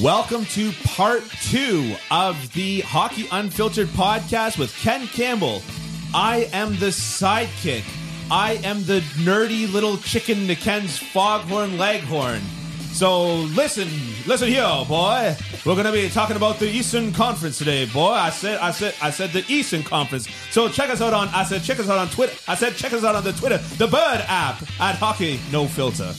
Welcome to part two of the Hockey Unfiltered podcast with Ken Campbell. I am the sidekick. I am the nerdy little chicken to Ken's foghorn leghorn. So listen, listen here, boy. We're gonna be talking about the Eastern Conference today, boy. I said, I said, I said the Eastern Conference. So check us out on. I said check us out on Twitter. I said check us out on the Twitter, the Bird app at Hockey No Filter.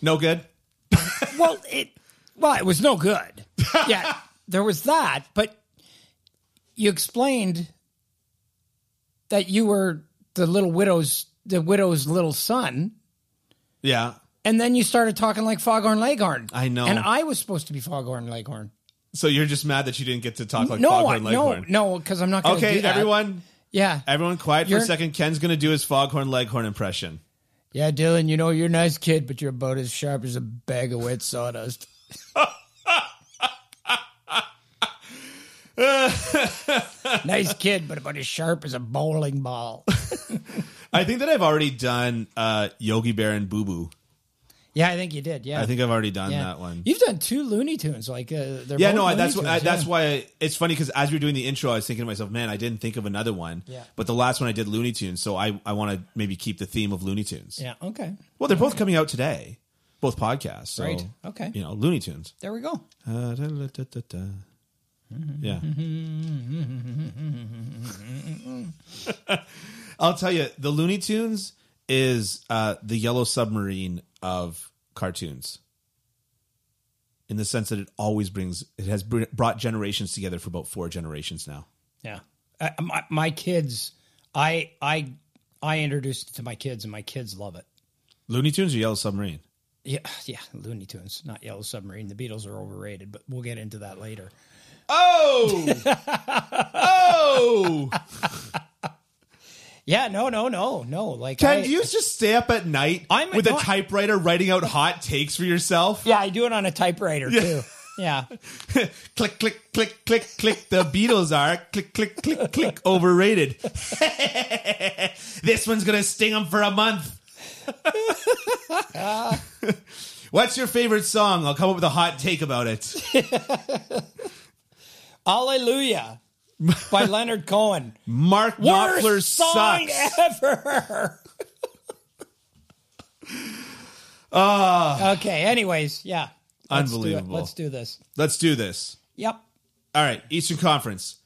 No good. Well, it well, it was no good. Yeah, there was that, but you explained that you were the little widow's the widow's little son, Yeah. and then you started talking like Foghorn Leghorn. I know. and I was supposed to be Foghorn Leghorn. So you're just mad that you didn't get to talk like no, I, Foghorn no, Leghorn. no, because I'm not going to okay, do that. everyone, yeah, everyone, quiet for You're- a second. Ken's gonna do his Foghorn Leghorn impression. yeah, Dylan, you know you're a nice kid, but you're about as sharp as a bag of wet sawdust. nice kid, but about as sharp as a bowling ball. I think that I've already done uh, Yogi Bear and Boo Boo. Yeah, I think you did. Yeah, I think I've already done yeah. that one. You've done two Looney Tunes, like uh, they're yeah, both no, I, Looney that's why. Tunes, I, that's yeah. why it's funny because as we were doing the intro, I was thinking to myself, man, I didn't think of another one. Yeah. But the last one I did Looney Tunes, so I I want to maybe keep the theme of Looney Tunes. Yeah. Okay. Well, they're both coming out today, both podcasts. So, Right. Okay. You know, Looney Tunes. There we go. Uh, da, da, da, da, da. Yeah. I'll tell you, the Looney Tunes is uh, the yellow submarine of cartoons in the sense that it always brings, it has br- brought generations together for about four generations now. Yeah. Uh, my, my kids, I I I introduced it to my kids, and my kids love it. Looney Tunes or Yellow Submarine? Yeah, yeah, Looney Tunes, not Yellow Submarine. The Beatles are overrated, but we'll get into that later. Oh! oh! Yeah, no, no, no, no. Like, I, Ken, do you just stay up at night I'm- with a no, I- typewriter writing out hot takes for yourself? Yeah, I do it on a typewriter too. Yeah, click, click, click, click, click. The Beatles are click, click, click, click. Overrated. this one's gonna sting them for a month. What's your favorite song? I'll come up with a hot take about it. Hallelujah by Leonard Cohen. Mark Knopfler Worst song sucks. ever. okay. Anyways, yeah. Let's do it. Unbelievable. Let's do this. Let's do this. Yep. All right, Eastern Conference.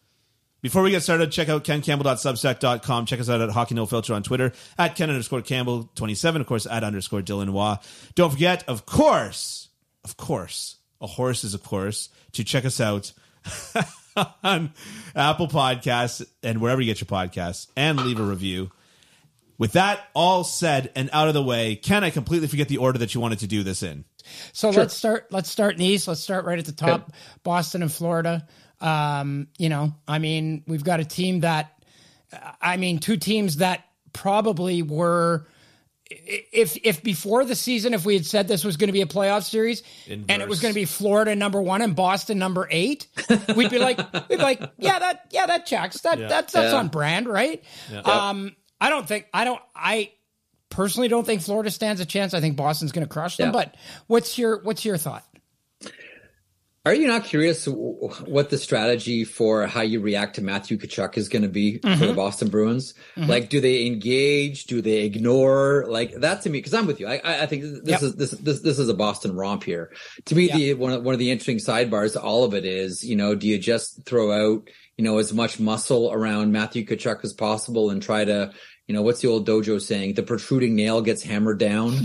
Before we get started, check out kencampbell.substack.com. Check us out at Hockey No Filter on Twitter, at Ken underscore Campbell27, of course, at underscore Dylan Waugh. Don't forget, of course, of course, a horse is a course, to check us out on Apple Podcasts and wherever you get your podcasts and leave a review. With that all said and out of the way, Ken, I completely forget the order that you wanted to do this in. So let's start. Let's start in the East. Let's start right at the top. Boston and Florida. Um, you know, I mean, we've got a team that, I mean, two teams that probably were. i- If if before the season, if we had said this was going to be a playoff series and it was Inverse. going to be Florida number one and Boston number eight, we'd be like, we'd be like, yeah, that yeah, that checks. That that's that's Yeah. on brand, right? Um, I don't think I don't I personally don't think Florida stands a chance. I think Boston's going to crush them. Yeah. But what's your what's your thought? Are you not curious w- w- what the strategy for how you react to Matthew Kachuk is going to be for the Boston Bruins? Like, do they engage? Do they ignore? Like that to me, because I'm with you. I, I I think Yep. this is this, this this is a Boston romp here. To me, the one of, one of the interesting sidebars, to all of it is, you know, do you just throw out, you know, as much muscle around Matthew Kachuk as possible and try to. You know, what's the old dojo saying? The protruding nail gets hammered down.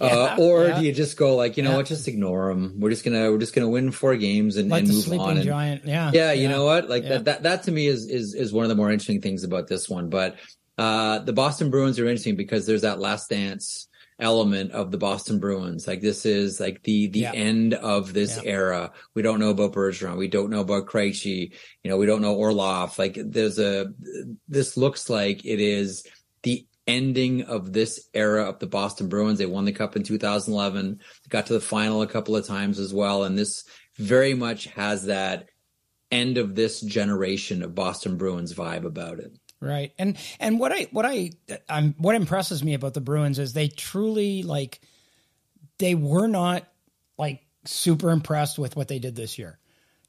uh, or yeah. do you just go like, you know Yeah. what, just ignore them. We're just gonna we're just gonna win four games and, Like and the move on. sleeping And- giant, yeah, yeah, you know what? Like Yeah. that, that that to me is is is one of the more interesting things about this one. But uh the Boston Bruins are interesting because there's that last dance element of the Boston Bruins. Like this is like the the Yeah. end of this Yeah. era. We don't know about Bergeron. We don't know about Krejci. You know, we don't know Orlov. Like there's a this looks like it is the ending of this era of the Boston Bruins. They won the cup in 2011, got to the final a couple of times as well. And this very much has that end of this generation of Boston Bruins vibe about it. Right. And and what I what I I'm what impresses me about the Bruins is they truly like they were not like super impressed with what they did this year.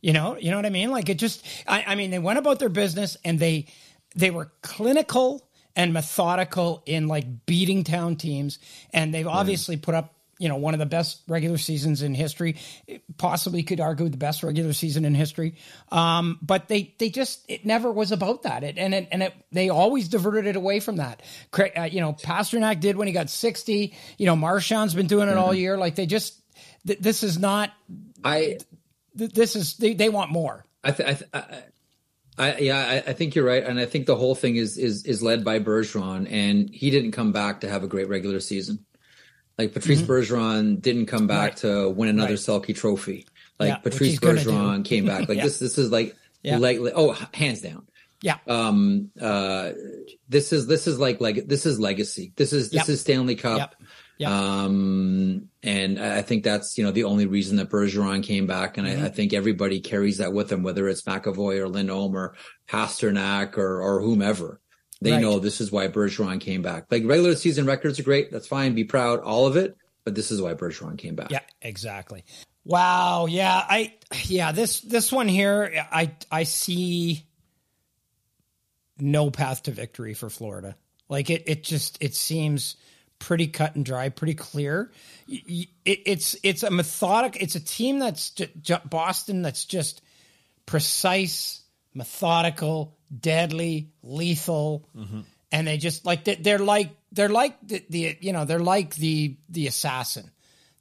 You know, you know what I mean? Like it just I, I mean they went about their business and they they were clinical and methodical in like beating town teams and they've obviously put up you know one of the best regular seasons in history It possibly could argue the best regular season in history um, but they they just it never was about that it, and it, and it, they always diverted it away from that Cra- uh, you know Pasternak did when he got 60 you know Marchand's been doing it all year like they just th- this is not I th- this is they, they want more I, th- I, th- I, I yeah, I, I think you're right, and I think the whole thing is is is led by Bergeron, and he didn't come back to have a great regular season. Like Patrice Bergeron didn't come back Mm-hmm. Right. to win another Right. Selkie Trophy. Like Yeah, which Patrice he's gonna Bergeron came back. Like Yeah. this, this is like, Yeah. like, like- oh, h- hands down. yeah Um, uh, this is this is like like this is legacy. This is this Yep. is Stanley Cup. Yep. Yep. Um, and I I think that's, you know, the only reason that Bergeron came back. And Mm-hmm. I, I think everybody carries that with them, whether it's McAvoy or Lindholm or Pasternak or, or whomever. They Right. know this is why Bergeron came back. Like regular season records are great. That's fine. Be proud. All of it. But this is why Bergeron came back. Yeah, exactly. Wow. Yeah, I yeah, this this one here I I see no path to victory for Florida. Like it it just it seems pretty cut and dry, pretty clear. Y- y- It, it's it's a methodic it's a team that's ju- ju- Boston that's just precise, methodical, deadly, lethal, Mm-hmm. and they just like they- they're like they're like the, the you know they're like the the assassin.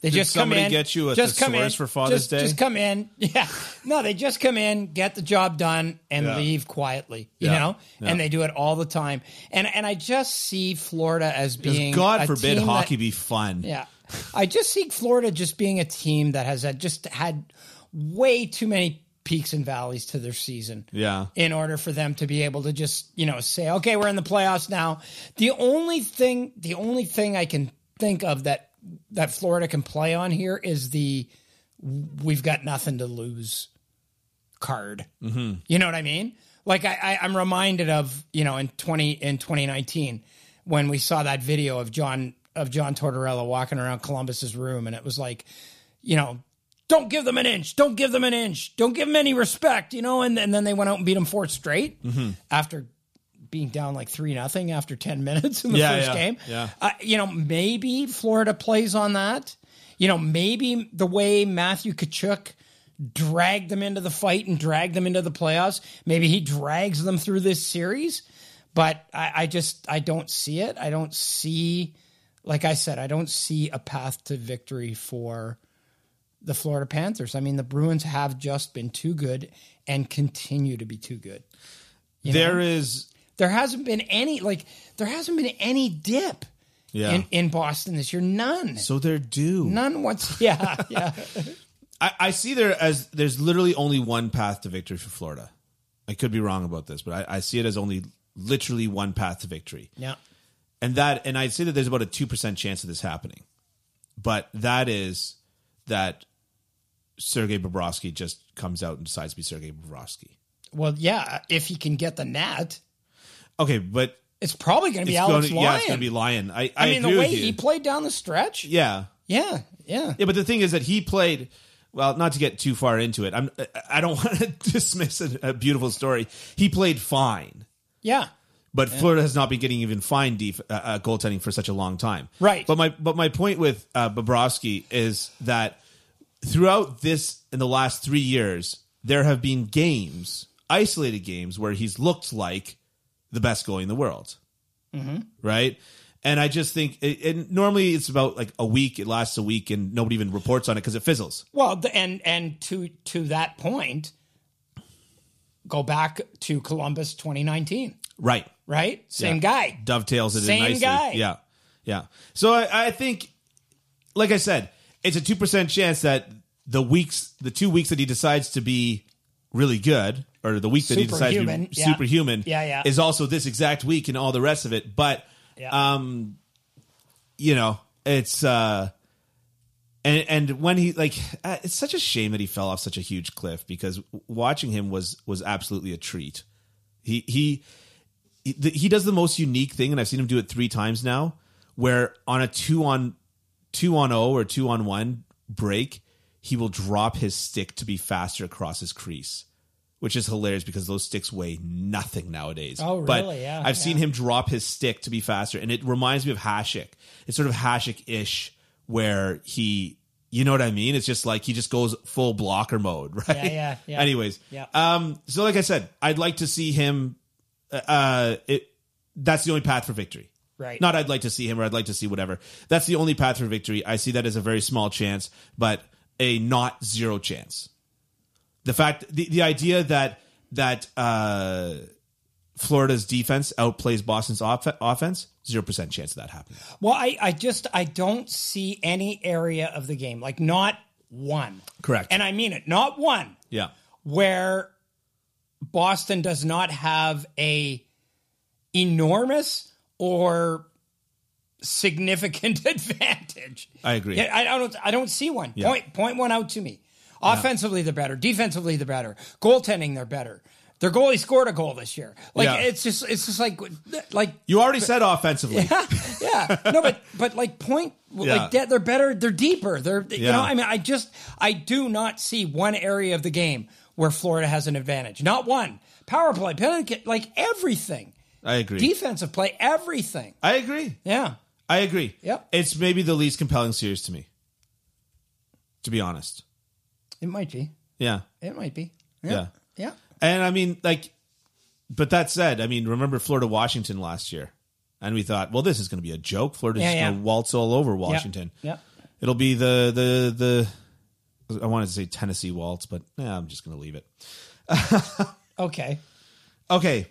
They just come somebody in, get you a just come in, thesaurus for Father's just, Day? Just come in, yeah. No, they just come in, get the job done, and Yeah. leave quietly. You Yeah. know, Yeah. and they do it all the time. And and I just see Florida as being God a forbid team that- hockey be fun. yeah. I just see Florida just being a team that has had just had way too many peaks and valleys to their season Yeah. in order for them to be able to just, you know, say, okay, we're in the playoffs now. The only thing, the only thing I can think of that, that Florida can play on here is the, we've got nothing to lose card. You know what I mean? Like I, I, I'm reminded of you know in twenty in 2019 when we saw that video of John of John Tortorella walking around Columbus's room, and it was like, you know, don't give them an inch, don't give them an inch, don't give them any respect, you know. And, and then they went out and beat them four straight Mm-hmm. after being down like three nothing after 10 minutes in the Yeah, first yeah, game. yeah. Uh, you know, maybe Florida plays on that. You know, maybe the way Matthew Kachuk dragged them into the fight and dragged them into the playoffs, maybe he drags them through this series. But I, I just I don't see it. I don't see, like I said, I don't see a path to victory for the Florida Panthers. I mean, the Bruins have just been too good and continue to be too good. There is There hasn't been any like there hasn't been any dip yeah. in, in Boston this year. None. so they're due. None what's yeah, yeah. I, I see there as there's literally only one path to victory for Florida. I could be wrong about this, but I, I see it as only literally one path to victory. yeah. and that and i'd say that there's about a 2% chance of this happening but that is that sergei Bobrovsky just comes out and decides to be sergei Bobrovsky. Well, yeah, if he can get the net, okay but it's probably gonna be it's going Alex to, Lyon. yeah it's going to be lion i, I, I mean agree the way with you. he played down the stretch. Yeah. yeah Yeah. Yeah. yeah but the thing is that he played well not to get too far into it i'm I- i don't want to dismiss a, a beautiful story he played fine but Florida has not been getting even fine def- uh, uh, goaltending for such a long time. Right. But my but my point with uh, Bobrovsky is that throughout this in the last three years, there have been games, isolated games, where he's looked like the best goalie in the world. Right. And I just think, it, and normally it's about like a week. It lasts a week, and nobody even reports on it because it fizzles. Well, the, and and to to that point, go back to Columbus 2019, Right. right? Same Yeah. guy. dovetails it Same in nicely. guy. Yeah, yeah. So I, I think, like I said, it's a two percent chance that the weeks, the two weeks that he decides to be really good, or the week that he decides to Superhuman, be yeah. superhuman, Yeah, yeah. is also this exact week and all the rest of it. But Yeah. um, you know, it's uh. And, and when he like uh, it's such a shame that he fell off such a huge cliff because watching him was was absolutely a treat. He he he- th- he does the most unique thing, and I've seen him do it three times now. Where on a two on two on O or two on one break, he will drop his stick to be faster across his crease, which is hilarious because those sticks weigh nothing nowadays. Oh, But really? Yeah, I've seen yeah. him drop his stick to be faster, and it reminds me of Hashik. It's sort of Hashik ish, where he, you know what I mean? It's just like he just goes full blocker mode, right? Yeah, yeah, yeah. Anyways, Yeah. Um, so like I said, I'd like to see him. Uh, it that's the only path for victory. Right. Not I'd like to see him or I'd like to see whatever. That's the only path for victory. I see that as a very small chance, but a not zero chance. The fact, the, the idea that that uh, Florida's defense outplays Boston's off- offense, zero percent chance of that happening. Well, I, I just I don't see any area of the game, like not one. Correct. And I mean it, not one Yeah, where Boston does not have a enormous or significant advantage. I agree. Yeah, I, I don't I don't see one. Point point one out to me. Offensively they're better, defensively they're better, goaltending they're better. Their goalie scored a goal this year. Like Yeah. it's just it's just like like you already said offensively. yeah. No, but but like point Yeah. like that they're better, they're deeper. They're you Yeah. know, I mean I just I do not see one area of the game where Florida has an advantage. Not one. Power play, penalty kick, like everything. I agree. Defensive play, everything. I agree. Yeah. I agree. Yep. It's maybe the least compelling series to me. To be honest. It might be. Yeah. It might be. Yeah. Yeah. And I mean, like, but that said, I mean, remember Florida Washington last year? And we thought, well, this is going to be a joke. Florida's Yeah, just going yeah. to waltz all over Washington. Yeah. It'll be the the the. I wanted to say Tennessee waltz, but yeah, I'm just going to leave it. Okay. Okay,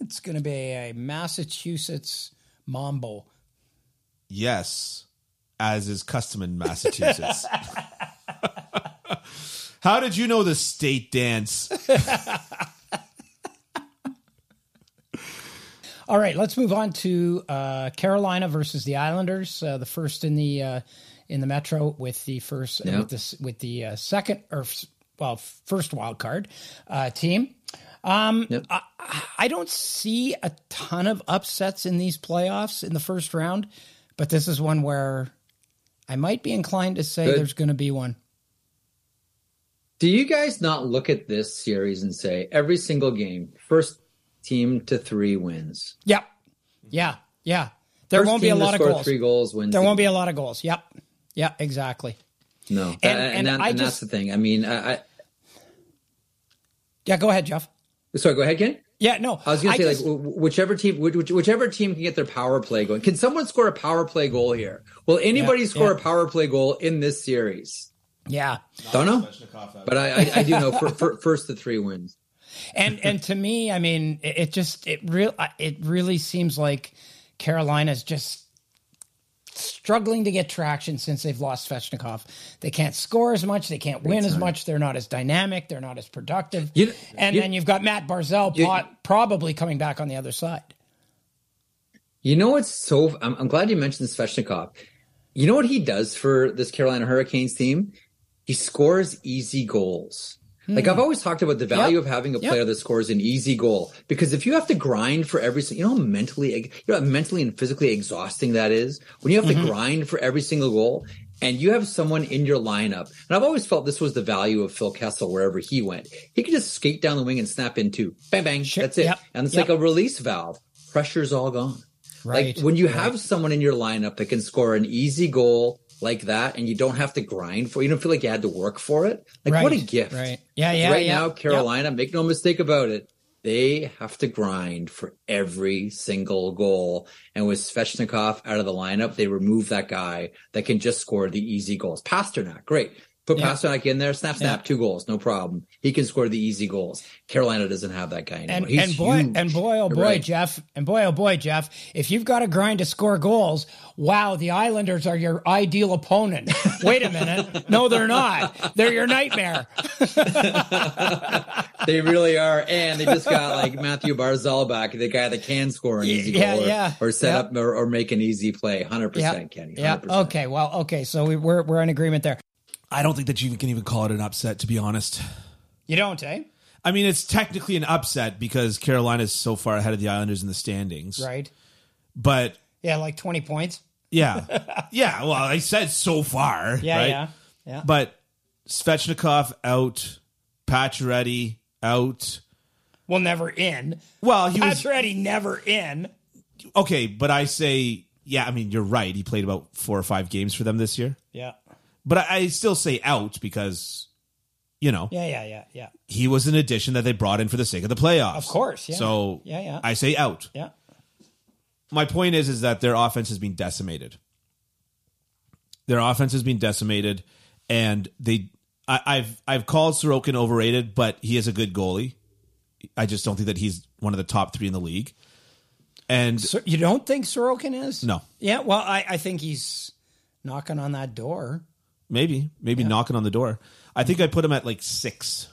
It's going to be a Massachusetts mambo. Yes, as is custom in Massachusetts. How did you know the state dance? All right, let's move on to uh, Carolina versus the Islanders, uh, the first in the uh, in the Metro with the first Yeah. with this with the uh, second or f- well first wild card uh, team. Um, Yep. I, I don't see a ton of upsets in these playoffs in the first round, but this is one where I might be inclined to say Good. there's going to be one. Do you guys not look at this series and say every single game, first team to three wins? Yep. Yeah. Yeah. There will First won't be a team to lot of score goals. Three goals wins. There the won't be a lot of goals. Yep. Yeah, exactly. game. no, and and, and, that, I and just- that's the thing. I mean, I, I Yeah, go ahead, Jeff. sorry. Go ahead, Ken. Yeah, no. I was going to say just- like wh- wh- whichever team, which, which- whichever team can get their power play going. Can someone score a power play goal here? Will anybody Yeah, score yeah. a power play goal in this series? yeah. Don't know, uh, but I, I, I do know for, for, first the three wins. And and to me, I mean, it, it just it real it really seems like Carolina's just struggling to get traction since they've lost Fetchnikov. They can't score as much, they can't win as much, they're not as dynamic, they're not as productive. You- and you- then you've got Matt Barzell You- po- probably coming back on the other side. You know what's so? I'm, I'm glad you mentioned Sveshnikov. You know what he does for this Carolina Hurricanes team? He scores easy goals. Like I've always talked about the value Hmm. Yep. of having a Yep. player that scores an easy goal because if you have to grind for every, si- you know, how mentally, you know, how mentally and physically exhausting that is when you have Mm-hmm. to grind for every single goal and you have someone in your lineup. And I've always felt this was the value of Phil Kessel wherever he went. He could just skate down the wing and snap in two. Bang, bang. That's it. Yep. And it's Yep. like a release valve. Pressure's all gone. Right. Like when you have someone in your lineup that can score an easy goal like that and you don't have to grind for it, you don't feel like you had to work for it. Like what a Right, gift. right. Yeah, yeah, Right yeah. now, Yep. Carolina, make no mistake about it, they have to grind for every single goal. And with Svechnikov out of the lineup, they remove that guy that can just score the easy goals. Pasternak, great. Put Yeah. Pasternak in there, snap, snap, two goals, no problem. He can score the easy goals. Carolina doesn't have that guy anymore. And He's and boy huge. and boy oh You're boy right. Jeff and boy oh boy Jeff if you've got to grind to score goals wow the Islanders are your ideal opponent wait a minute no they're not they're your nightmare They really are, and they just got like Matthew Barzal back, the guy that can score an easy Yeah, goal or, yeah. or set Yeah. up or, or make an easy play. Hundred percent, Kenny. 100%. Yeah. Okay. Well. Okay. So we, we're we're in agreement there. I don't think that you can even call it an upset, to be honest. You don't, eh? I mean, it's technically an upset because Carolina's so far ahead of the Islanders in the standings. right? But Yeah, like twenty points. yeah, yeah. Well, I said so far. Yeah, right? yeah, yeah. But Svechnikov out, Pacioretty out. well, never in. Well, he was That's ready. Never in. okay, but I say, yeah. I mean, you're right. He played about four or five games for them this year. Yeah, But I, I still say out because, you know, yeah, yeah, yeah, yeah. he was an addition that they brought in for the sake of the playoffs. Of course, yeah. So Yeah, yeah. I say out. Yeah. my point is is that their offense has been decimated. Their offense has been decimated, and they I, I've I've called Sorokin overrated, but he is a good goalie. I just don't think that he's one of the top three in the league. And So you don't think Sorokin is? No. Yeah. Well, I, I think he's knocking on that door. maybe maybe knocking on the door. I think I put him at like six.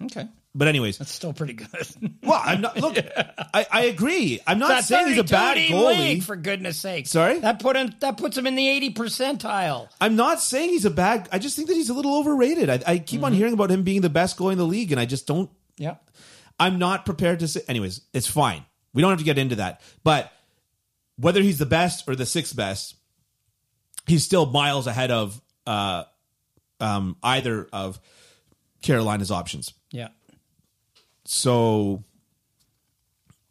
Okay. But anyways, That's still pretty good. well, I'm not. Look, I, I agree. I'm not That's saying he's a bad goalie. League, for goodness sake. Sorry? That put him that puts him in the 80 percentile. I'm not saying he's a bad. I just think that he's a little overrated. I, I keep on Mm-hmm. hearing about him being the best goalie in the league, and I just don't Yeah. I'm not prepared to say. Anyways, it's fine. We don't have to get into that. But whether he's the best or the sixth best, he's still miles ahead of uh, um, either of Carolina's options. Yeah. So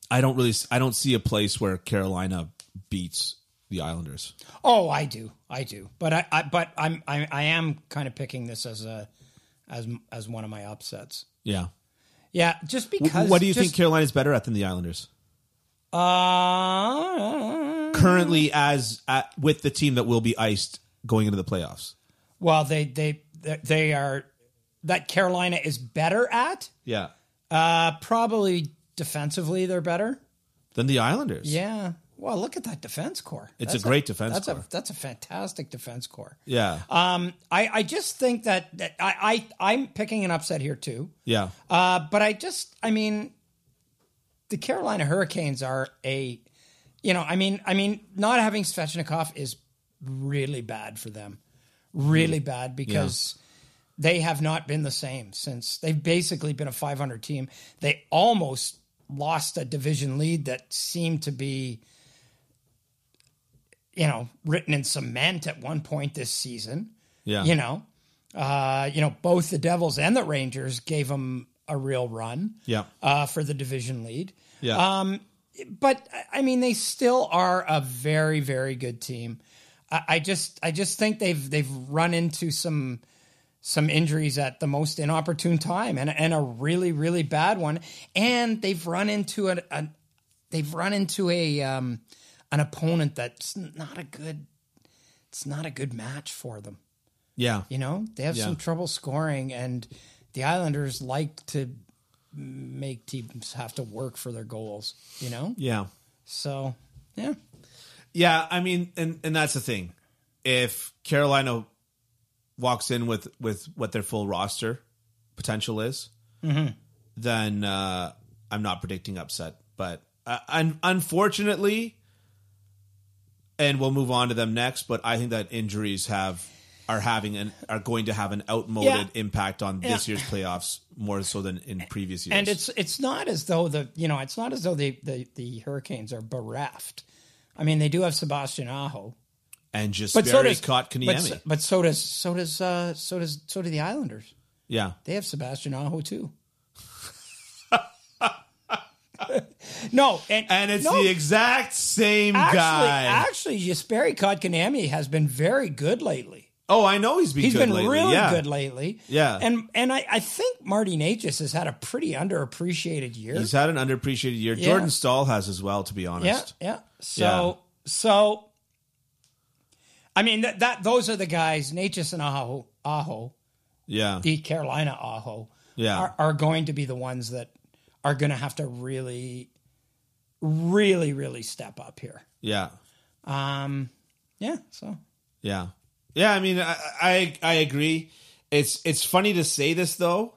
I don't really, I don't see a place where Carolina beats the Islanders. Oh, I do. I do. But I, I but I'm I, I am kind of picking this as a as as one of my upsets. Yeah. Yeah, just because what do you just- think Carolina's better at than the Islanders Uh, currently, as at, with the team that will be iced going into the playoffs? well, they they they are that Carolina is better at Yeah. uh probably defensively they're better. Than the Islanders. Yeah. Well, look at that defense core. It's a great defense that's corps. A, that's a fantastic defense core. Yeah. Um, I, I just think that, that I, I I'm picking an upset here too. yeah. Uh, but I just I mean, the Carolina Hurricanes are a, you know, I mean, I mean, not having Svechnikov is really bad for them, really bad because. They have not been the same since they've basically been a 500 team. They almost lost a division lead that seemed to be, you know, written in cement at one point this season Yeah. you know, uh, you know, both the Devils and the Rangers gave them a real run Yeah. uh, for the division lead. Yeah. Um, But I- I mean, they still are a very, very good team. I, I just, I just think they've they've run into some some injuries at the most inopportune time, and and a really, really bad one. And they've run into an, an they've run into a um, an opponent that's not a good. It's not a good match for them. yeah. You know, they have some Yeah. trouble scoring, and the Islanders like to make teams have to work for their goals. You know, Yeah. so yeah, Yeah. I mean, and, and that's the thing. If Carolina walks in with, with what their full roster potential is, Mm-hmm. then uh, I'm not predicting upset. But uh, un- unfortunately, and we'll move on to them next, but I think that injuries have are having an are going to have an outmoded Yeah. impact on this year's playoffs more so than in previous years. and it's it's not as though the you know it's not as though the the, the Hurricanes are bereft. I mean, they do have Sebastian Aho, and just but so Barry's does caught Kaniemi. but, so- but so does so does uh, so does so do the Islanders. yeah. They have Sebastian Aho too. no, and And it's no, the exact same Actually, guy. actually, Jesperi Kotkaniemi has been very good lately. oh, I know he's been He's good been lately. really yeah. good lately. Yeah. and and I, I think Marty Natchez has had a pretty underappreciated year. He's had an underappreciated year. Yeah. Jordan Stahl has as well, to be honest. yeah, yeah. So so, I mean that, that those are the guys Natchez and Aho Aho Yeah. the Carolina Aho Yeah. are, are going to be the ones that are going to have to really, really, really step up here. Yeah. Um, yeah. So Yeah. Yeah, I mean, I, I I agree. It's it's funny to say this though,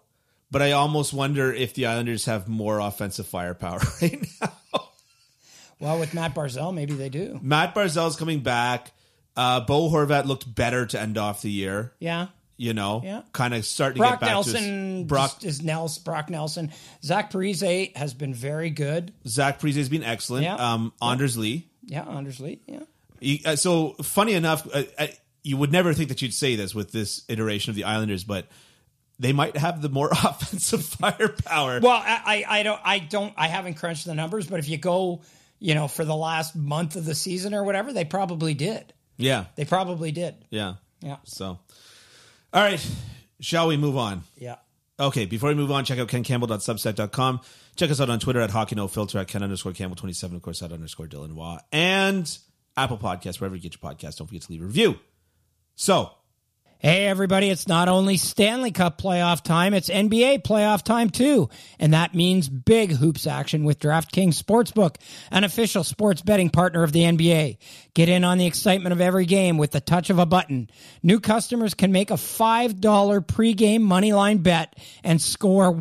but I almost wonder if the Islanders have more offensive firepower right now. well, with Matt Barzell, maybe they do. Matt Barzell's coming back. Uh, Bo Horvat looked better to end off the year. Yeah. you know, Yeah. kind of starting to Brock get back to Nelson his, Brock is Nels. Brock Nelson. Zach Parise has been very good. Zach Parise has been excellent. Yeah. Um, Anders Lee. Yeah, Anders Lee. Yeah. He- uh, so funny enough, uh, uh, you would never think that you'd say this with this iteration of the Islanders, but they might have the more offensive firepower. Well, I, I, I don't, I don't, I haven't crunched the numbers, but if you go, you know, for the last month of the season or whatever, they probably did. yeah, They probably did. yeah. Yeah. So, all right, shall we move on? Yeah. Okay, before we move on, check out kencampbell.substack.com. Check us out on Twitter at hockey no filter at ken underscore campbell27, of course, at underscore Dylan Waugh, and Apple Podcasts, wherever you get your podcast. Don't forget to leave a review. So, Hey, everybody, it's not only Stanley Cup playoff time, it's NBA playoff time too. And that means big hoops action with DraftKings Sportsbook, an official sports betting partner of the NBA. Get in on the excitement of every game with the touch of a button. New customers can make a $5 pregame moneyline bet and score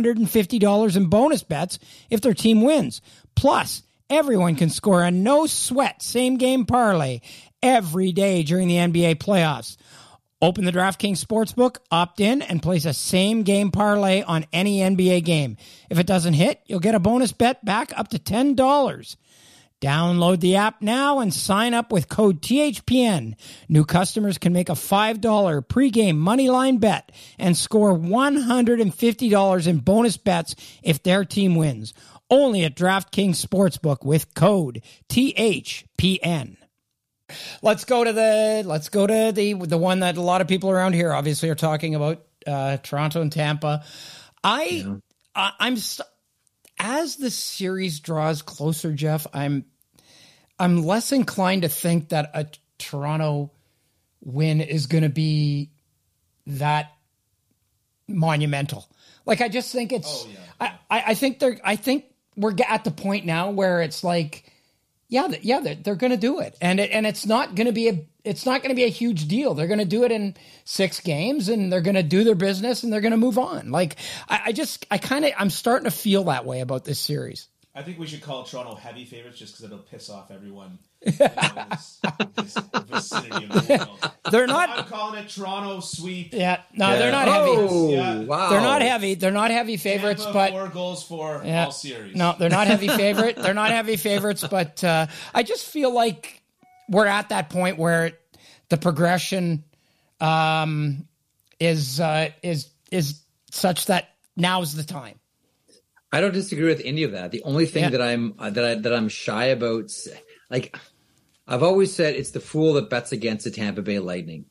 $150 in bonus bets if their team wins. Plus, Everyone can score a no sweat same game parlay every day during the NBA playoffs. Open the DraftKings Sportsbook, opt in, and place a same game parlay on any NBA game. If it doesn't hit, you'll get a bonus bet back up to $10. Download the app now and sign up with code THPN. New customers can make a $5 pregame moneyline bet and score $150 in bonus bets if their team wins. Only at DraftKings Sportsbook with code THPN. Let's go to the let's go to the the one that a lot of people around here obviously are talking about uh, Toronto and Tampa. I, I I'm s- as the series draws closer, Jeff. I'm I'm less inclined to think that a Toronto win is going to be that monumental. Like I just think Oh, it's I, I I think they're I think we're g- at the point now where it's like yeah, th- yeah, they're, they're going to do it, and it, and it's not going to be a it's not going to be a huge deal. They're going to do it in six games, and they're going to do their business, and they're going to move on. Like I, I just I kind of I'm starting to feel that way about this series. I think we should call Toronto heavy favorites just because it'll piss off everyone. They're not. I'm calling it Toronto sweep. Yeah, no, Yeah. they're not heavy. oh, Yeah. wow. They're not heavy. They're not heavy favorites, Tampa, but four goals for Yeah. all series. No, they're not heavy favorite. they're not heavy favorites, but uh, I just feel like we're at that point where the progression um, is uh, is is such that now's the time. I don't disagree with any of that. The only thing Yeah. that I'm uh, that I that I'm shy about, s- like I've always said, it's the fool that bets against the Tampa Bay Lightning.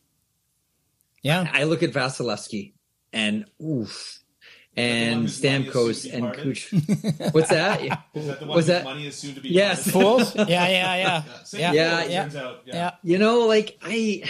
Yeah, I look at Vasilevsky and oof, and whose money is Stamkos soon and departed? Kuch. What's that? Yeah. Is that the one Was whose that- money is soon to be? Yes, part of it? fools. yeah, yeah, yeah, yeah, Same Yeah, goal, it yeah. turns out. Yeah. yeah, You know, like I,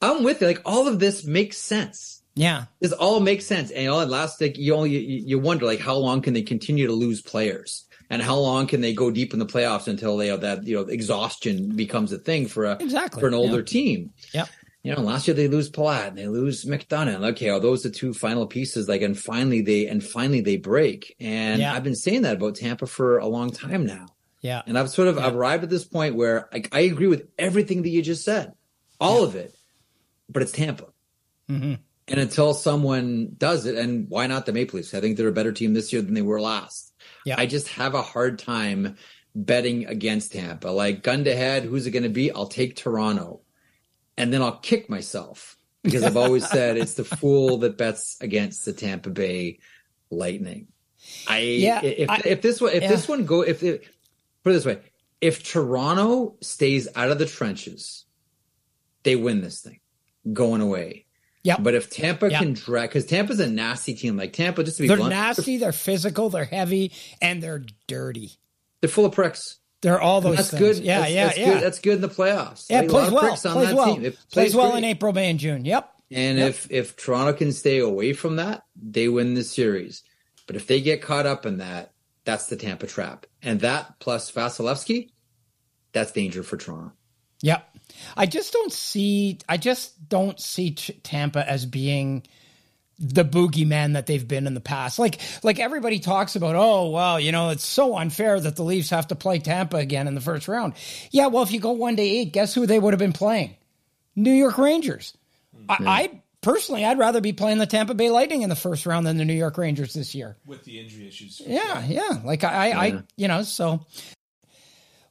I'm with you. Like all of this makes sense. yeah. This all makes sense. And all at last, like you only you, you wonder, like how long can they continue to lose players, and how long can they go deep in the playoffs until they have that you know exhaustion becomes a thing for a Exactly, for an yeah. older team. Yep. You know, last year they lose Palat and they lose McDonough. Okay, are those the two final pieces? Like, and finally they and finally they break. And Yeah. I've been saying that about Tampa for a long time now. Yeah. And I've sort of I've arrived at this point where I, I agree with everything that you just said, all of it, but it's Tampa. Mm-hmm. And until someone does it, and why not the Maple Leafs? I think they're a better team this year than they were last. Yeah. I just have a hard time betting against Tampa. Like gun to head, who's it going to be? I'll take Toronto, and then I'll kick myself because I've always said it's the fool that bets against the Tampa Bay Lightning. I Yeah, if, I- if this one if yeah. this one go if it, put it this way, if Toronto stays out of the trenches, they win this thing going away. Yep. But if Tampa Yeah. can drag, because Tampa's a nasty team. Like Tampa, just to be They're blunt, nasty. They're physical. They're heavy, and they're dirty. they're full of pricks. They're all those. That's things. good. Yeah, that's, yeah, that's yeah. Good. That's good in the playoffs. yeah, Like, a lot plays of well. pricks on Plays that well. team. It Plays, well great. in April, May, and June. Yep. And Yep. if if Toronto can stay away from that, they win the series. But if they get caught up in that, that's the Tampa trap. And that plus Vasilevsky, that's danger for Toronto. Yep. I just don't see. I just don't see Ch- Tampa as being the boogeyman that they've been in the past. Like, like everybody talks about. Oh well, you know, it's so unfair that the Leafs have to play Tampa again in the first round. Yeah. Well, if you go one to eight, guess who they would have been playing? New York Rangers. I, I personally, I'd rather be playing the Tampa Bay Lightning in the first round than the New York Rangers this year. with the injury issues. Yeah, yeah. Like I, I, I you know, so.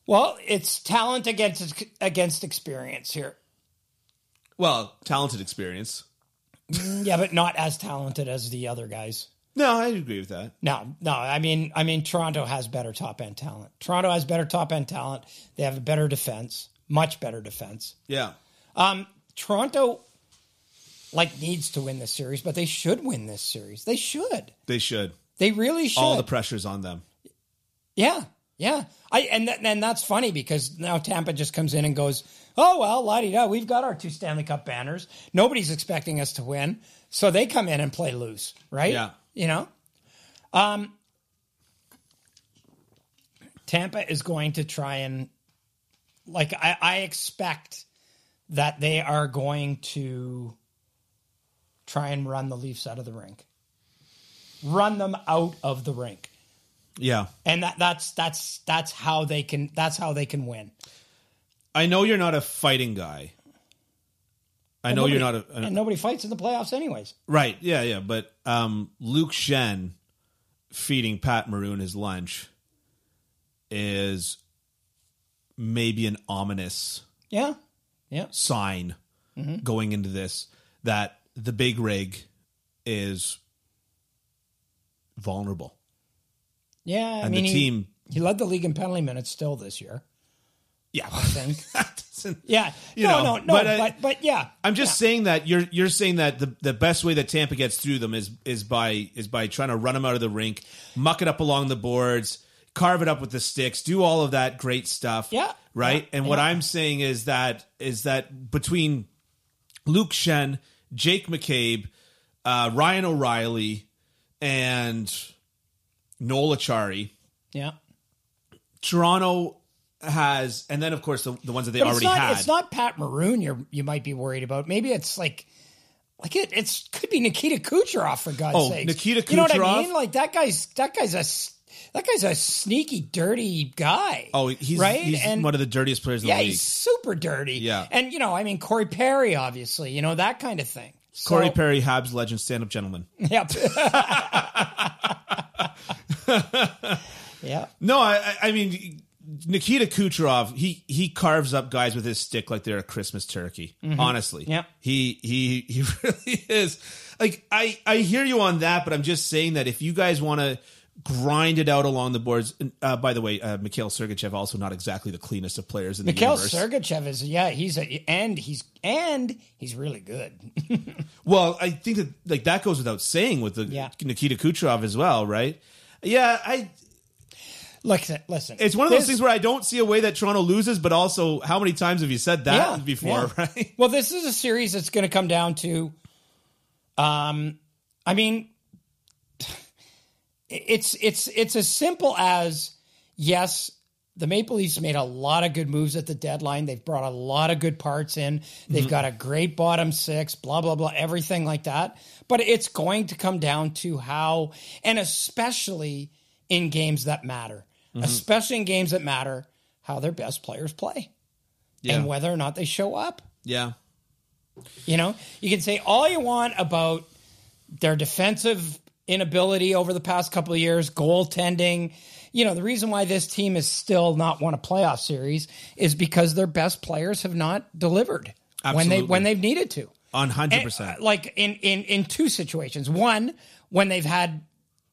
Well, it's talent against against experience here. Well, talented experience. Yeah, but not as talented as the other guys. No, I agree with that. No, no. I mean, I mean, Toronto has better top end talent. Toronto has better top end talent. They have a better defense, much better defense. Yeah. Um, Toronto, like, needs to win this series, but they should win this series. They should. They should. They really should. All the pressure's on them. Yeah, yeah. I and th- and that's funny because now Tampa just comes in and goes, "Oh well, la di da. We've got our two Stanley Cup banners. Nobody's expecting us to win, so they come in and play loose, right? Yeah. You know, um, Tampa is going to try and like I, I expect that they are going to try and run the Leafs out of the rink, run them out of the rink Yeah. and that, that's that's that's how they can that's how they can win. I know you're not a fighting guy. I know you're not a, and nobody fights in the playoffs, anyways. right. Yeah, yeah. But um, Luke Shen feeding Pat Maroon his lunch is maybe an ominous Yeah, yeah, sign Mm-hmm. going into this that the big rig is vulnerable yeah. I and mean, the he, team. he led the league in penalty minutes still this year. Yeah, I think. that doesn't- Yeah, You no, know, no, no, but uh, but, I- but yeah, I'm just saying that you're you're saying that the, the best way that Tampa gets through them is is by is by trying to run them out of the rink, muck it up along the boards, carve it up with the sticks, do all of that great stuff. Yeah. Right? Yeah. And what Yeah. I'm saying is that is that between Luke Shen, Jake McCabe, uh, Ryan O'Reilly, and Noel Achari, yeah. Toronto has and then of course the, the ones that they But it's already not had. it's not Pat Maroon you are you might be worried about. Maybe it's like. Like it, it's could be Nikita Kucherov for God's Oh, sake. Nikita you know what I Kucherov? mean? Like that guy's that guy's a s- that guy's a sneaky, dirty guy. Oh, he's, right. he's and one of the dirtiest players in Yeah, the league. he's super dirty. Yeah. And, you know, I mean, Corey Perry, obviously, you know, that kind of thing. So- Corey Perry, Habs legend, stand up gentleman. Yep. yeah. No, I, I- I mean Nikita Kucherov. He he carves up guys with his stick like they're a Christmas turkey. Honestly, Mm-hmm. Yeah. He he he really is. Like I I hear you on that, but I'm just saying that if you guys want to grind it out along the boards. and, Uh, by the way, uh, Mikhail Sergachev also not exactly the cleanest of players in the Kel universe. Sergachev is, yeah, he's a, and he's, and he's really good. Well, I think that like that goes without saying with the Yeah. Nikita Kucherov as well, right? Yeah, I Look, listen. It's one of those this- things where I don't see a way that Toronto loses, but also how many times have you said that Yeah, before, yeah. right? Well, this is a series that's going to come down to, um, I mean, it's it's it's as simple as yes, the Maple Leafs made a lot of good moves at the deadline. They've brought a lot of good parts in. They've Mm-hmm. got a great bottom six, blah blah blah, everything like that. But it's going to come down to how, and especially in games that matter, Mm-hmm. especially in games that matter, how their best players play. Yeah. And whether or not they show up. Yeah. You know, you can say all you want about their defensive inability over the past couple of years, goaltending. You know, the reason why this team has still not won a playoff series is because their best players have not delivered when Absolutely. they when they've needed to. On hundred Uh, percent. Like in in in two situations. One, when they've had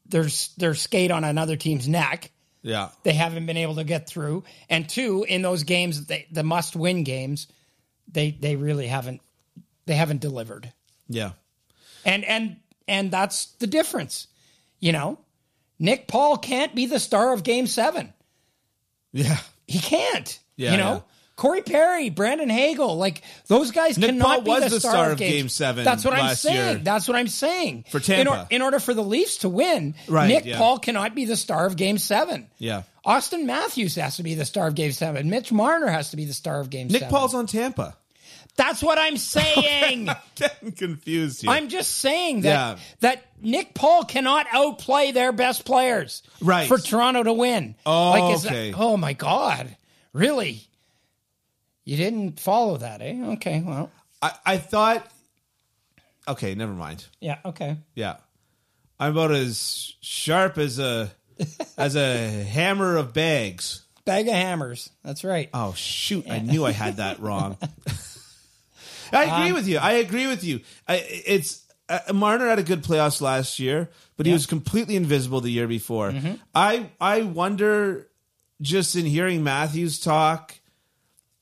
their their skate on another team's neck, Yeah. they haven't been able to get through. And two, in those games, they, the must-win games, they they really haven't they haven't delivered. Yeah. And and and that's the difference. You know, Nick Paul can't be the star of Game Seven. Yeah. He can't. Yeah, you know. yeah. Corey Perry, Brandon Hagel, like those guys Nick Paul cannot be was the, star, of Game, Seven That's what I'm last saying. year. That's what I'm saying. For in, or- Tampa. in order for the Leafs to win, Right, Nick yeah. Paul cannot be the star of Game Seven. Yeah. Austin Matthews has to be the star of Game Seven. Mitch Marner has to be the star of Game Nick Seven. Paul's on Tampa. That's what I'm saying. Getting confused here. I'm just saying that Yeah. that Nick Paul cannot outplay their best players, Right. For Toronto to win. Oh, is okay. That, oh my God, really? You didn't follow that, eh? Okay, well, I, I thought Okay, never mind. Yeah. Okay. Yeah, I'm about as sharp as a as a hammer of bags. Bag of hammers. That's right. Oh shoot! I knew I had that wrong. I agree with you. I agree with you. I, it's uh, Marner had a good playoffs last year, but he was completely invisible the year before. I I wonder just in hearing Matthews talk.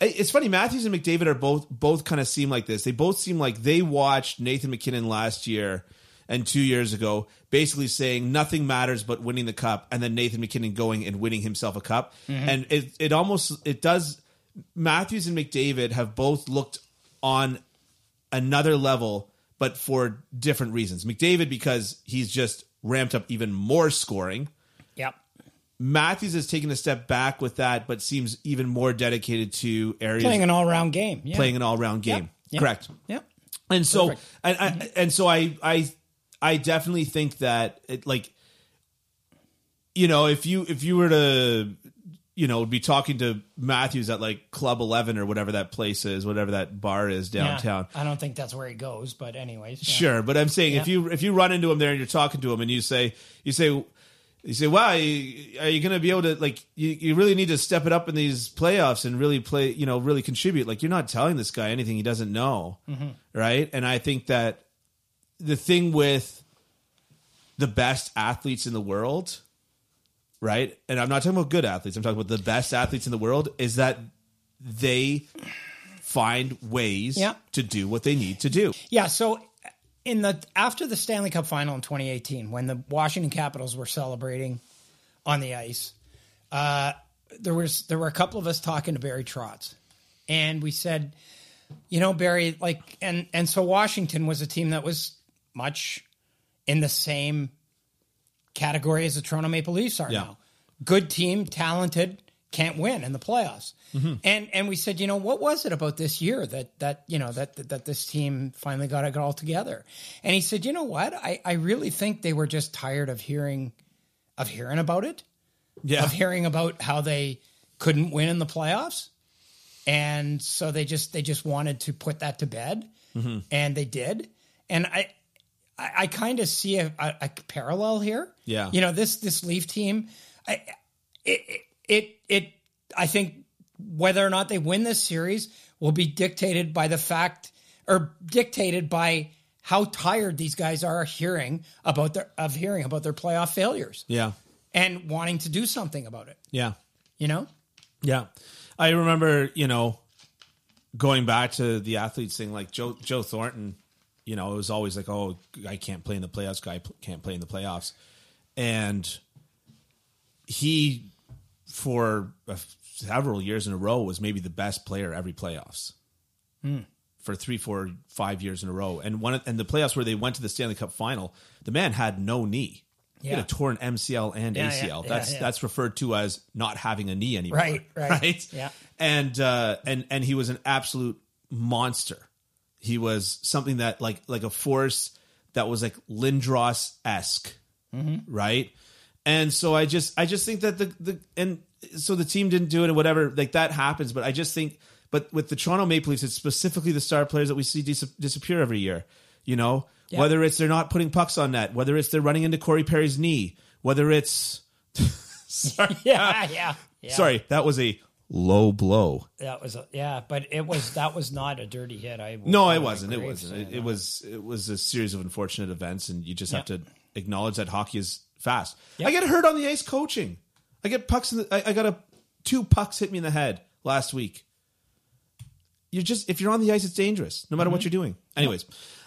I- It's funny. Matthews and McDavid are both both kind of seem like this. They both seem like they watched Nathan McKinnon last year and two years ago, basically saying nothing matters but winning the cup, and then Nathan McKinnon going and winning himself a cup, and it it almost it does. Matthews and McDavid have both looked on another level, but for different reasons. McDavid because he's just ramped up even more scoring. Yep. Matthews has taken a step back with that, but seems even more dedicated to areas Playing an all-round game. Yeah. playing an all round game. Yeah. Correct. Yep. And so, and I, and so, I, I, I definitely think that, it, like, you know, if you if you were to, you know, be talking to Matthews at like Club Eleven or whatever that place is, whatever that bar is Yeah. downtown, I don't think that's where he goes, but anyways. yeah. Sure, but I'm saying if Yeah. you if you run into him there and you're talking to him and you say you say you say, "Wow, you, are you going to be able to like you, you really need to step it up in these playoffs and really play, you know, really contribute." Like you're not telling this guy anything he doesn't know, Mm-hmm. right? And I think that the thing with the best athletes in the world, right? And I'm not talking about good athletes. I'm talking about the best athletes in the world is that they find ways Yeah. to do what they need to do. Yeah. So uh, in the after the Stanley Cup final in 2018, when the Washington Capitals were celebrating on the ice, uh, there was there were a couple of us talking to Barry Trotz, and we said, you know, Barry, like, and and so Washington was a team that was much in the same category as the Toronto Maple Leafs are Yeah. now. Good team, talented, can't win in the playoffs. And and we said, you know, what was it about this year that that you know that that, that this team finally got it all together? And he said, you know what, I I really think they were just tired of hearing of hearing about it Yeah. of hearing about how they couldn't win in the playoffs and so they just they just wanted to put that to bed and they did and i i, I kind of see a, a, a parallel here Yeah. you know this this leaf team I, it, it it it i think whether or not they win this series will be dictated by the fact or dictated by how tired these guys are hearing about their of hearing about their playoff failures Yeah. and wanting to do something about it. Yeah. You know? Yeah. I remember, you know, going back to the athletes thing, like Joe, Joe Thornton, you know, it was always like, oh, I can't play in the playoffs. Guy pl- can't play in the playoffs. And he, for a f- several years in a row, was maybe the best player every playoffs. Hmm. For three, four, five years in a row, and one of- and the playoffs where they went to the Stanley Cup final, the man had no knee. He had Yeah. a torn MCL and Yeah, yeah, ACL. yeah, that's yeah. that's referred to as not having a knee anymore Right, right. yeah Yeah. and uh and and he was an absolute monster he was something that like like a force that was like lindros-esque Mm-hmm. right and so i just i just think that the the and so the team didn't do it and whatever like that happens but i just think but with the toronto maple leafs it's specifically the star players that we see dis- disappear every year you know whether it's they're not putting pucks on net whether it's they're running into corey perry's knee whether it's sorry Yeah, Ah, yeah. yeah. Sorry, that was a low blow. That was a, yeah, but it was that was not a dirty hit. I will- No, I it would wasn't. It agree. wasn't. It, it was. It was a series of unfortunate events, and you just have to acknowledge that hockey is fast. I get hurt on the ice coaching. I get pucks. In the, I, I got a two pucks hit me in the head last week. You're just if you're on the ice, it's dangerous, no matter what you're doing. Anyways,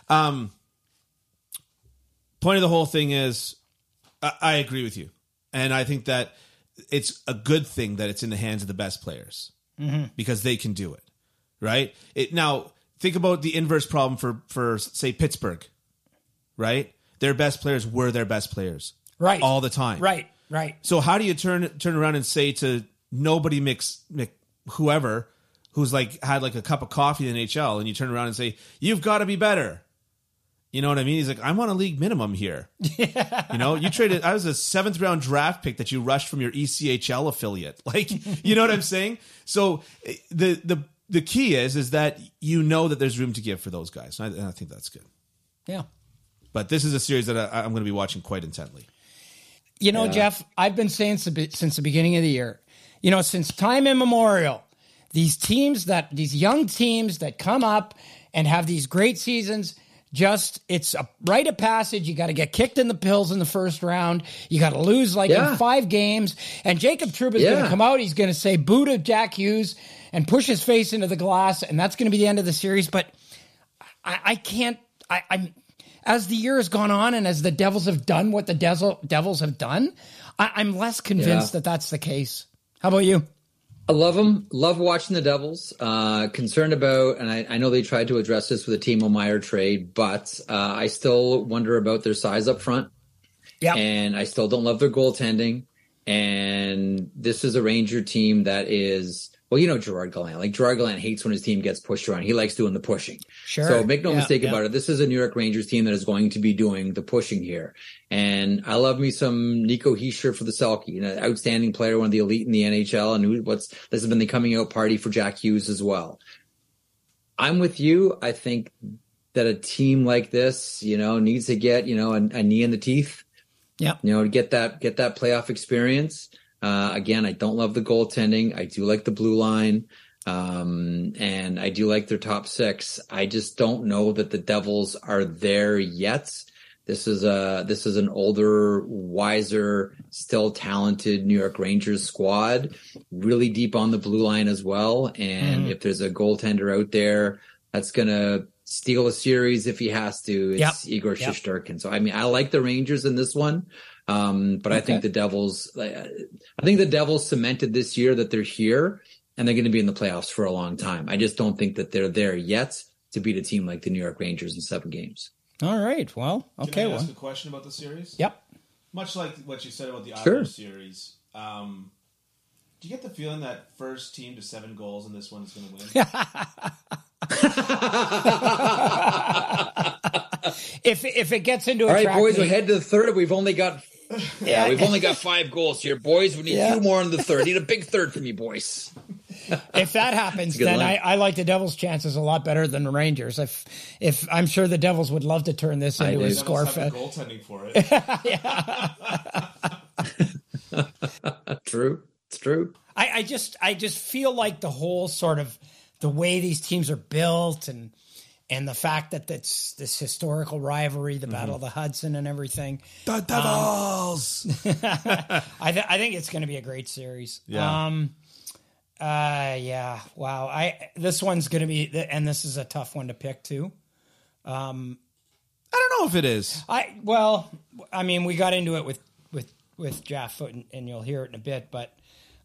um, point of the whole thing is, I, I agree with you, and I think that it's a good thing that it's in the hands of the best players Mm-hmm. because they can do it right? It now think about the inverse problem for for say Pittsburgh, right? Their best players were their best players Right. all the time, Right, right. So how do you turn turn around and say to nobody mix, mix whoever who's like had like a cup of coffee in NHL and you turn around and say you've got to be better. You know what I mean? He's like, I'm on a league minimum here. You know, you traded. I was a seventh round draft pick that you rushed from your E ECHL affiliate. Like, you know what I'm saying? So eh, the the the key is is that you know that there's room to give for those guys. And I, and I think that's good. Yeah. But this is a series that I, I'm going to be watching quite intently. You know, Yeah. Jeff, I've been saying since since the beginning of the year, you know, since time immemorial, these teams that these young teams that come up and have these great seasons, just it's a rite of passage. You got to get kicked in the pills in the first round. You got to lose like Yeah. in five games. And Jacob Trouba's going to Yeah. come out. He's going to say boo to Jack Hughes and push his face into the glass, and that's going to be the end of the series. But I, I can't. I, I'm as the year has gone on, and as the Devils have done what the Devil, Devils have done, I, I'm less convinced Yeah. that that's the case. How about you? I love them. Love watching the Devils. Uh, concerned about, and I, I know they tried to address this with a Timo Meyer trade, but uh, I still wonder about their size up front. Yeah, and I still don't love their goaltending. And this is a Ranger team that is, well, you know, Gerard Gallant. Like Gerard Gallant hates when his team gets pushed around. He likes doing the pushing. Sure. So make no Yeah, mistake yeah. about it. This is a New York Rangers team that is going to be doing the pushing here. And I love me some Nico Heischer for the Selkie, an outstanding player, one of the elite in the NHL. And who, what's this has been the coming out party for Jack Hughes as well. I'm with you. I think that a team like this, you know, needs to get, you know, a, a knee in the teeth yeah, you know, to get that get that playoff experience. Uh, again, I don't love the goaltending. I do like the blue line, um, and I do like their top six. I just don't know that the Devils are there yet. This is a this is an older, wiser, still talented New York Rangers squad, really deep on the blue line as well. Mm-hmm. And if there's a goaltender out there that's gonna steal a series if he has to, it's Igor Yep. Shesterkin. So I mean, I like the Rangers in this one, um, but I Okay. think the Devils. uh, I I think the Devils cemented this year that they're here and they're going to be in the playoffs for a long time. I just don't think that they're there yet to beat a team like the New York Rangers in seven games. All right. Well, okay. Can I Well, ask a question about the series? yep. Much like what you said about the Sure. Islanders series, um, do you get the feeling that first team to seven goals in this one is going to win? If if it gets into a All right, track boys, meet- we head to the third. We've only got yeah, we've only got five goals here, boys. We need Yeah. two more in the third. Need a big third from you, boys. if that happens, a good then I, line. I like the Devils' chances a lot better than the Rangers. If if I'm sure the Devils would love to turn this into do. a The Devils score have the fest. goaltending for it. True, it's true. I, I just I just feel like the whole sort of the way these teams are built and and the fact that that's this historical rivalry, the Battle of the Hudson and everything. the Devils. I th- I think it's going to be a great series. Yeah. Um, uh, yeah. Wow. I this one's going to be, and this is a tough one to pick too. Um, I don't know if it is. I well, I mean, we got into it with with with Jeff, and, and you'll hear it in a bit. But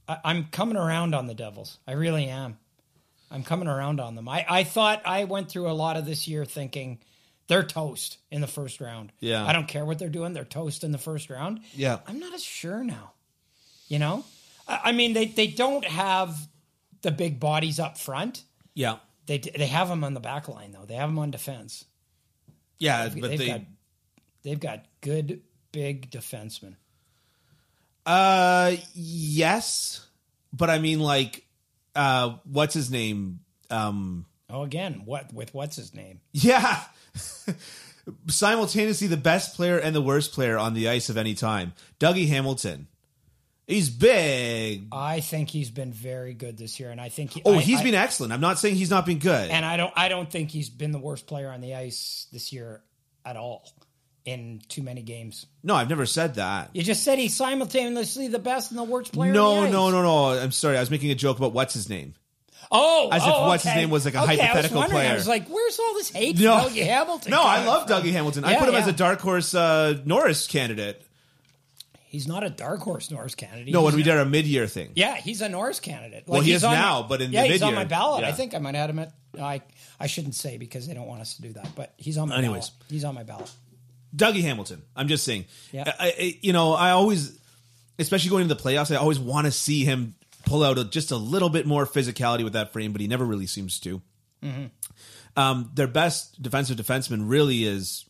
I, I'm coming around on the Devils. I really am. I'm coming around on them. I I thought I went through a lot of this year thinking they're toast in the first round. Yeah. I don't care what they're doing. They're toast in the first round. Yeah. I'm not as sure now. You know, I, I mean, they they don't have the big bodies up front. Yeah. They they have them on the back line though. They have them on defense Yeah, but they've they got they've got good big defensemen. Uh, yes, but I mean, like, uh, what's his name? Um, Oh, again, what with what's his name? yeah, simultaneously the best player and the worst player on the ice of any time, Dougie Hamilton. He's big. I think he's been very good this year, and I think he, Oh, I, he's I- been excellent. I'm not saying he's not been good. and I don't I don't think he's been the worst player on the ice this year at all in too many games. No, I've never said that. You just said he's simultaneously the best and the worst player. on No, the ice. no, no, no. I'm sorry. I was making a joke about what's his name. Oh, As if oh, what's his okay. name was like a Okay, I was hypothetical wondering. player. I was like, where's all this hate? No, for Dougie Hamilton. No, I coming love from? Dougie Hamilton. I Yeah, put him as yeah. a dark horse uh, Norris candidate. He's not a dark horse Norris candidate. No, He's when we a- did our mid-year thing. Yeah, he's a Norris candidate. Like, Well, he he's is on now, but in the yeah, he's on mid-year, my ballot. I yeah. think I might have him at. I I shouldn't say because they don't want us to do that, but he's on my Anyways. ballot. He's on my ballot. Dougie Hamilton. I'm just saying. Yeah. I, I, you know, I always, especially going into the playoffs, I always want to see him pull out a, just a little bit more physicality with that frame, but he never really Mm-hmm. seems to. Um, their best defensive defenseman really is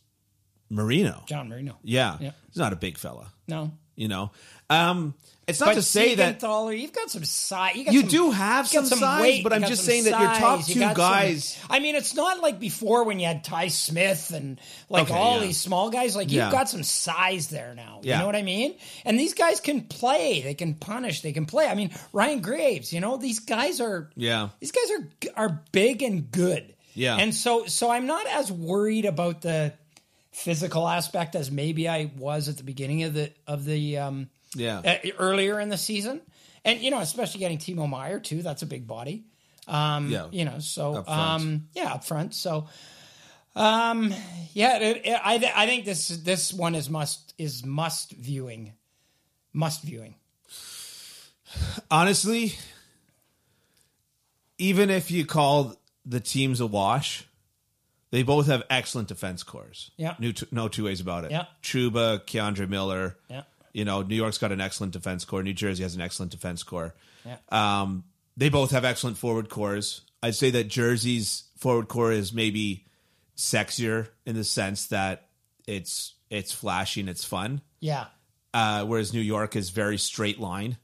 Marino. John Marino. Yeah. Yeah. He's not a big fella, No. you know. Um, it's not to say that Siegenthaler, you've got some size. You, got you some, do have you got some, size, weight, but you I'm got just some saying that your top size, you two got some- guys. I mean, it's not like before when you had Ty Smith and like Okay, all yeah. these small guys. Like Yeah. you've got some size there now. Yeah. You know what I mean? And these guys can play. They can punish. They can play. I mean, Ryan Graves. You know, these guys are. Yeah. These guys are are big and good. Yeah. And so so I'm not as worried about the physical aspect as maybe I was at the beginning of the of the um Yeah. uh, earlier in the season. And you know, especially getting Timo Meyer too, that's a big body. yeah. You know, so Up front. um yeah, up front. So um yeah, it, it- I I think this this one is must is must viewing. Must viewing. Honestly, even if you call the teams a wash, they both have excellent defense cores. Yeah. No, t- no two ways about it. Yeah. Truba, Keandre Miller. Yeah. You know, New York's got an excellent defense core. New Jersey has an excellent defense core. Yeah. Um, they both have excellent forward cores. I'd say that Jersey's forward core is maybe sexier in the sense that it's it's flashy and it's fun Yeah. uh, whereas New York is very straight line.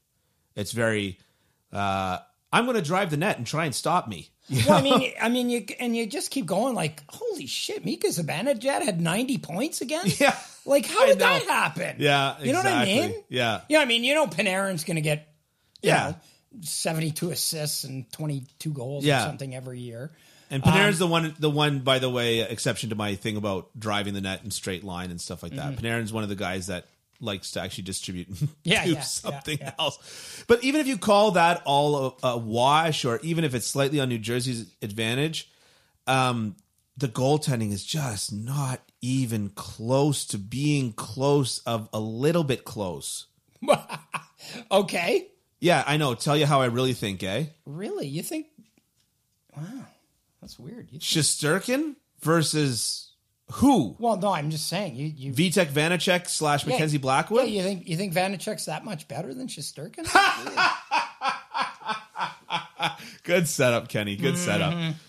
It's very uh, I'm going to drive the net and try and stop me. Well, I mean, I mean, you and you just keep going. Like, holy shit, Mika Zibanejad had ninety points again. Yeah. like how I did know. that happen? Yeah, you know what I exactly. mean? Yeah. yeah. I mean, you know, Panarin's going to get you Yeah. know, seventy-two assists and twenty-two goals Yeah. or something every year. And Panarin's Um, the one, the one by the way, exception to my thing about driving the net and straight line and stuff like that. Panarin's one of the guys that likes to actually distribute and Mm-hmm. Yeah, do yeah, yeah, something yeah. else. But even if you call that all a, a wash, or even if it's slightly on New Jersey's advantage, um, the goaltending is just not even close to being close of a little bit close. okay, Yeah, I know. Tell you how I really think, eh? really? You think? Wow, that's weird. You, Shusterkin versus who? well, no, I'm just saying you. you Vitek Vanacek slash Mackenzie yeah, Blackwood. you think you think Vanacek's that much better than Shosturkin? Good setup, Kenny. Good Mm-hmm,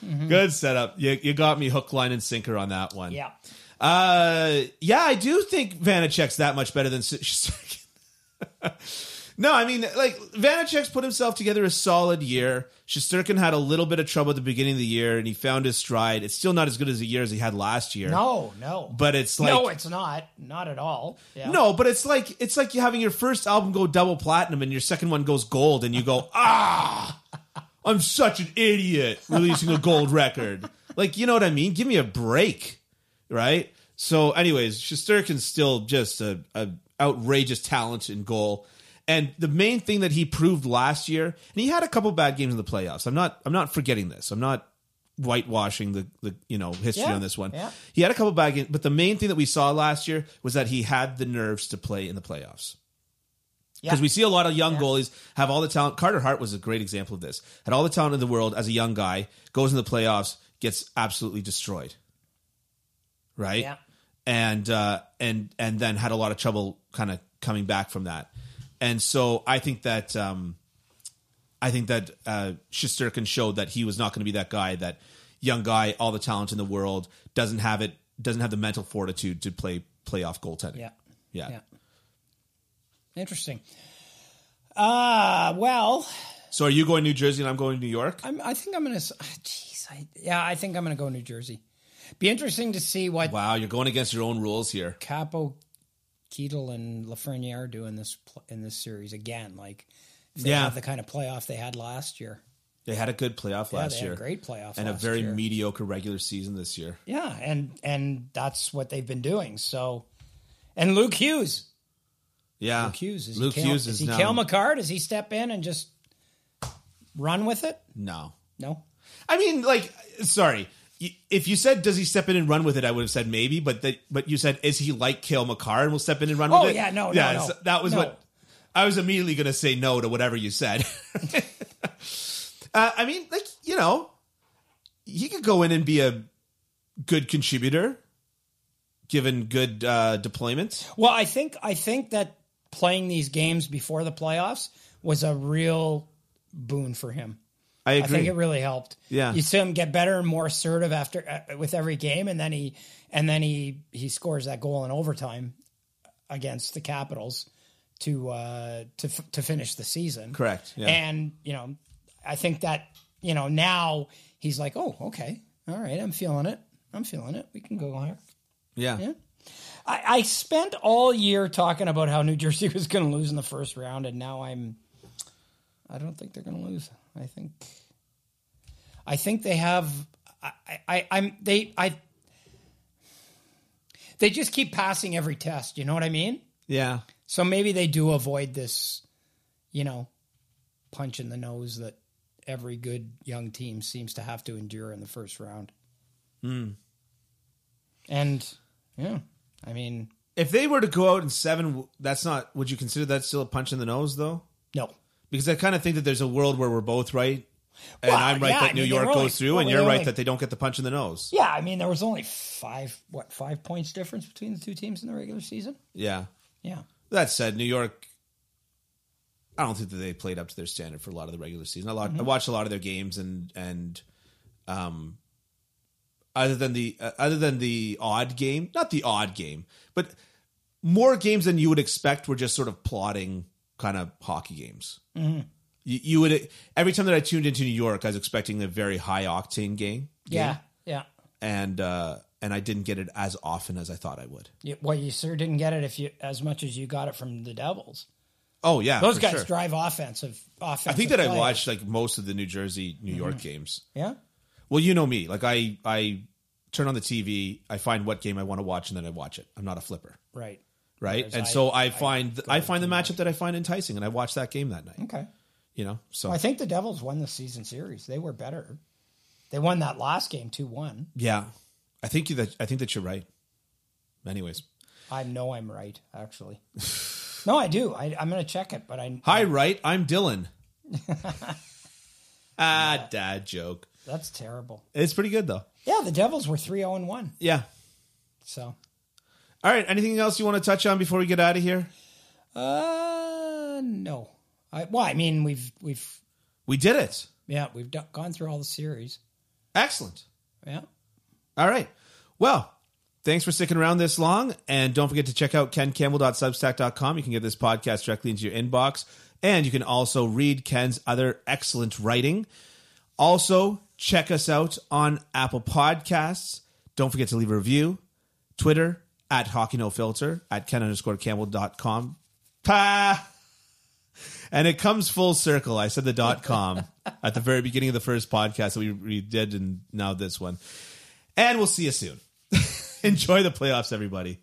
setup. Good setup. You, you got me hook, line, and sinker on that one. yeah. Uh, yeah, I do think Vanacek's that much better than Shesterkin. no, I mean, like, Vanacek's put himself together a solid year. Shesterkin had a little bit of trouble at the beginning of the year, and he found his stride. It's still not as good as a year as he had last year. No, no. But it's like no, it's not. Not at all. Yeah. No, but it's like it's like you having your first album go double platinum and your second one goes gold, and you go, ah, I'm such an idiot releasing a gold record. Like you know what I mean? Give me a break, right? So, anyways, Shosturkin's still just a, a outrageous talent in goal, and the main thing that he proved last year, and he had a couple bad games in the playoffs. I'm not I'm not forgetting this. I'm not whitewashing the, the you know history Yeah, on this one. yeah. He had a couple bad games, but the main thing that we saw last year was that he had the nerves to play in the playoffs. Yeah. Because we see a lot of young goalies have all the talent. Carter Hart was a great example of this. Had all the talent in the world as a young guy, goes in the playoffs, gets absolutely destroyed. Right? Yeah. And uh, and and then had a lot of trouble kind of coming back from that. And so I think that um, I think that uh, Shisterkin showed that he was not going to be that guy, that young guy, all the talent in the world, doesn't have it, doesn't have the mental fortitude to play playoff goaltending. Yeah. yeah. Yeah. Interesting. Uh well, So are you going to New Jersey and I'm going to New York? I'm, I think I'm gonna. s- ah, Jeez, I yeah, I think I'm gonna go New Jersey. Be interesting to see what Wow, you're going against your own rules here. Capo, Keitel, and Lafreniere are doing this pl- in this series again. Like, if they Yeah. have the kind of playoff they had last year. They had a good playoff Yeah, last they year had a great playoff and a last very year. mediocre regular season this year. yeah, and and that's what they've been doing. So, and Luke Hughes, Yeah, Luke Hughes is Luke he Kale, Hughes is, he now Kale McCarr? Does he step in and just run with it? no. No. I mean, like, sorry. Y- If you said does he step in and run with it, I would have said maybe. But that, but you said is he like Kale McCarr and will step in and run Oh, with it? yeah, no, no, no. so that was No. what I was immediately going to say no to whatever you said. uh, I mean, like you know, he could go in and be a good contributor, given good uh, deployment. Well, I think I think that playing these games before the playoffs was a real boon for him. I agree. I think it really helped. Yeah. you see him get better and more assertive after uh, with every game, and then he and then he he scores that goal in overtime against the Capitals to uh, to f- to finish the season. Correct, yeah. And you know, I think that you know now he's like, oh, okay, all right, I'm feeling it. I'm feeling it. We can go higher. yeah. I, I spent all year talking about how New Jersey was going to lose in the first round, and now I'm. I don't think they're going to lose. I think. I think they have. I, I, I'm. They. I. They just keep passing every test. You know what I mean? Yeah. So maybe they do avoid this, you know, punch in the nose that every good young team seems to have to endure in the first round. Hmm. And yeah, I mean, If they were to go out in seven, that's not. Would you consider that still a punch in the nose, though? no. Because I kind of think that there's a world where we're both right, and Well, I'm right yeah, that I New mean, York they're only- goes through, well, and they're you're right only- that they don't get the punch in the nose. Yeah, I mean, there was only five, what, five points difference between the two teams in the regular season? Yeah. Yeah. That said, New York. I don't think that they played up to their standard for a lot of the regular season. A lot. Mm-hmm. I watched a lot of their games, and and um, other than the uh, other than the odd game, not the odd game, but more games than you would expect were just sort of plotting kind of hockey games. Mm-hmm. You, you would every time that I tuned into New York, I was expecting a very high octane game. Yeah. Yeah. and uh, and I didn't get it as often as I thought I would. You- Well, you sure didn't get it if you as much as you got it from the Devils. Oh yeah, Those for guys sure. drive offensive. offensive I think that I play. watched like most of the New Jersey, New York games. Yeah. Well, you know me. Like I, I turn on the TV, I find what game I want to watch, and then I watch it. I'm not a flipper, Right. right? and so I find th- I, find the matchup that I find enticing, and I watch that game that night. Okay. You know, so I think the Devils won the season series. They were better. They won that last game 2 1. yeah, I think you that I think that you're right. Anyways, I know I'm right, actually. no, I do. I, I'm going to check it, but I. hi, right? I'm Dylan. ah, dad joke. That's terrible. It's pretty good though. Yeah, the Devils were 3 0 1. Yeah. So. All right. Anything else you want to touch on before we get out of here? Uh, no. I, well, I mean, we've we've We did it. yeah, we've do- gone through all the series. Excellent. Yeah. All right. Well, thanks for sticking around this long. And don't forget to check out kencampbell.substack.com. You can get this podcast directly into your inbox. And you can also read Ken's other excellent writing. Also, check us out on Apple Podcasts. Don't forget to leave a review. Twitter at hockey no filter at ken underscore campbell.com. Pa! And it comes full circle. I said the dot com at the very beginning of the first podcast that we, we did, and now this one. And we'll see you soon. Enjoy the playoffs, everybody.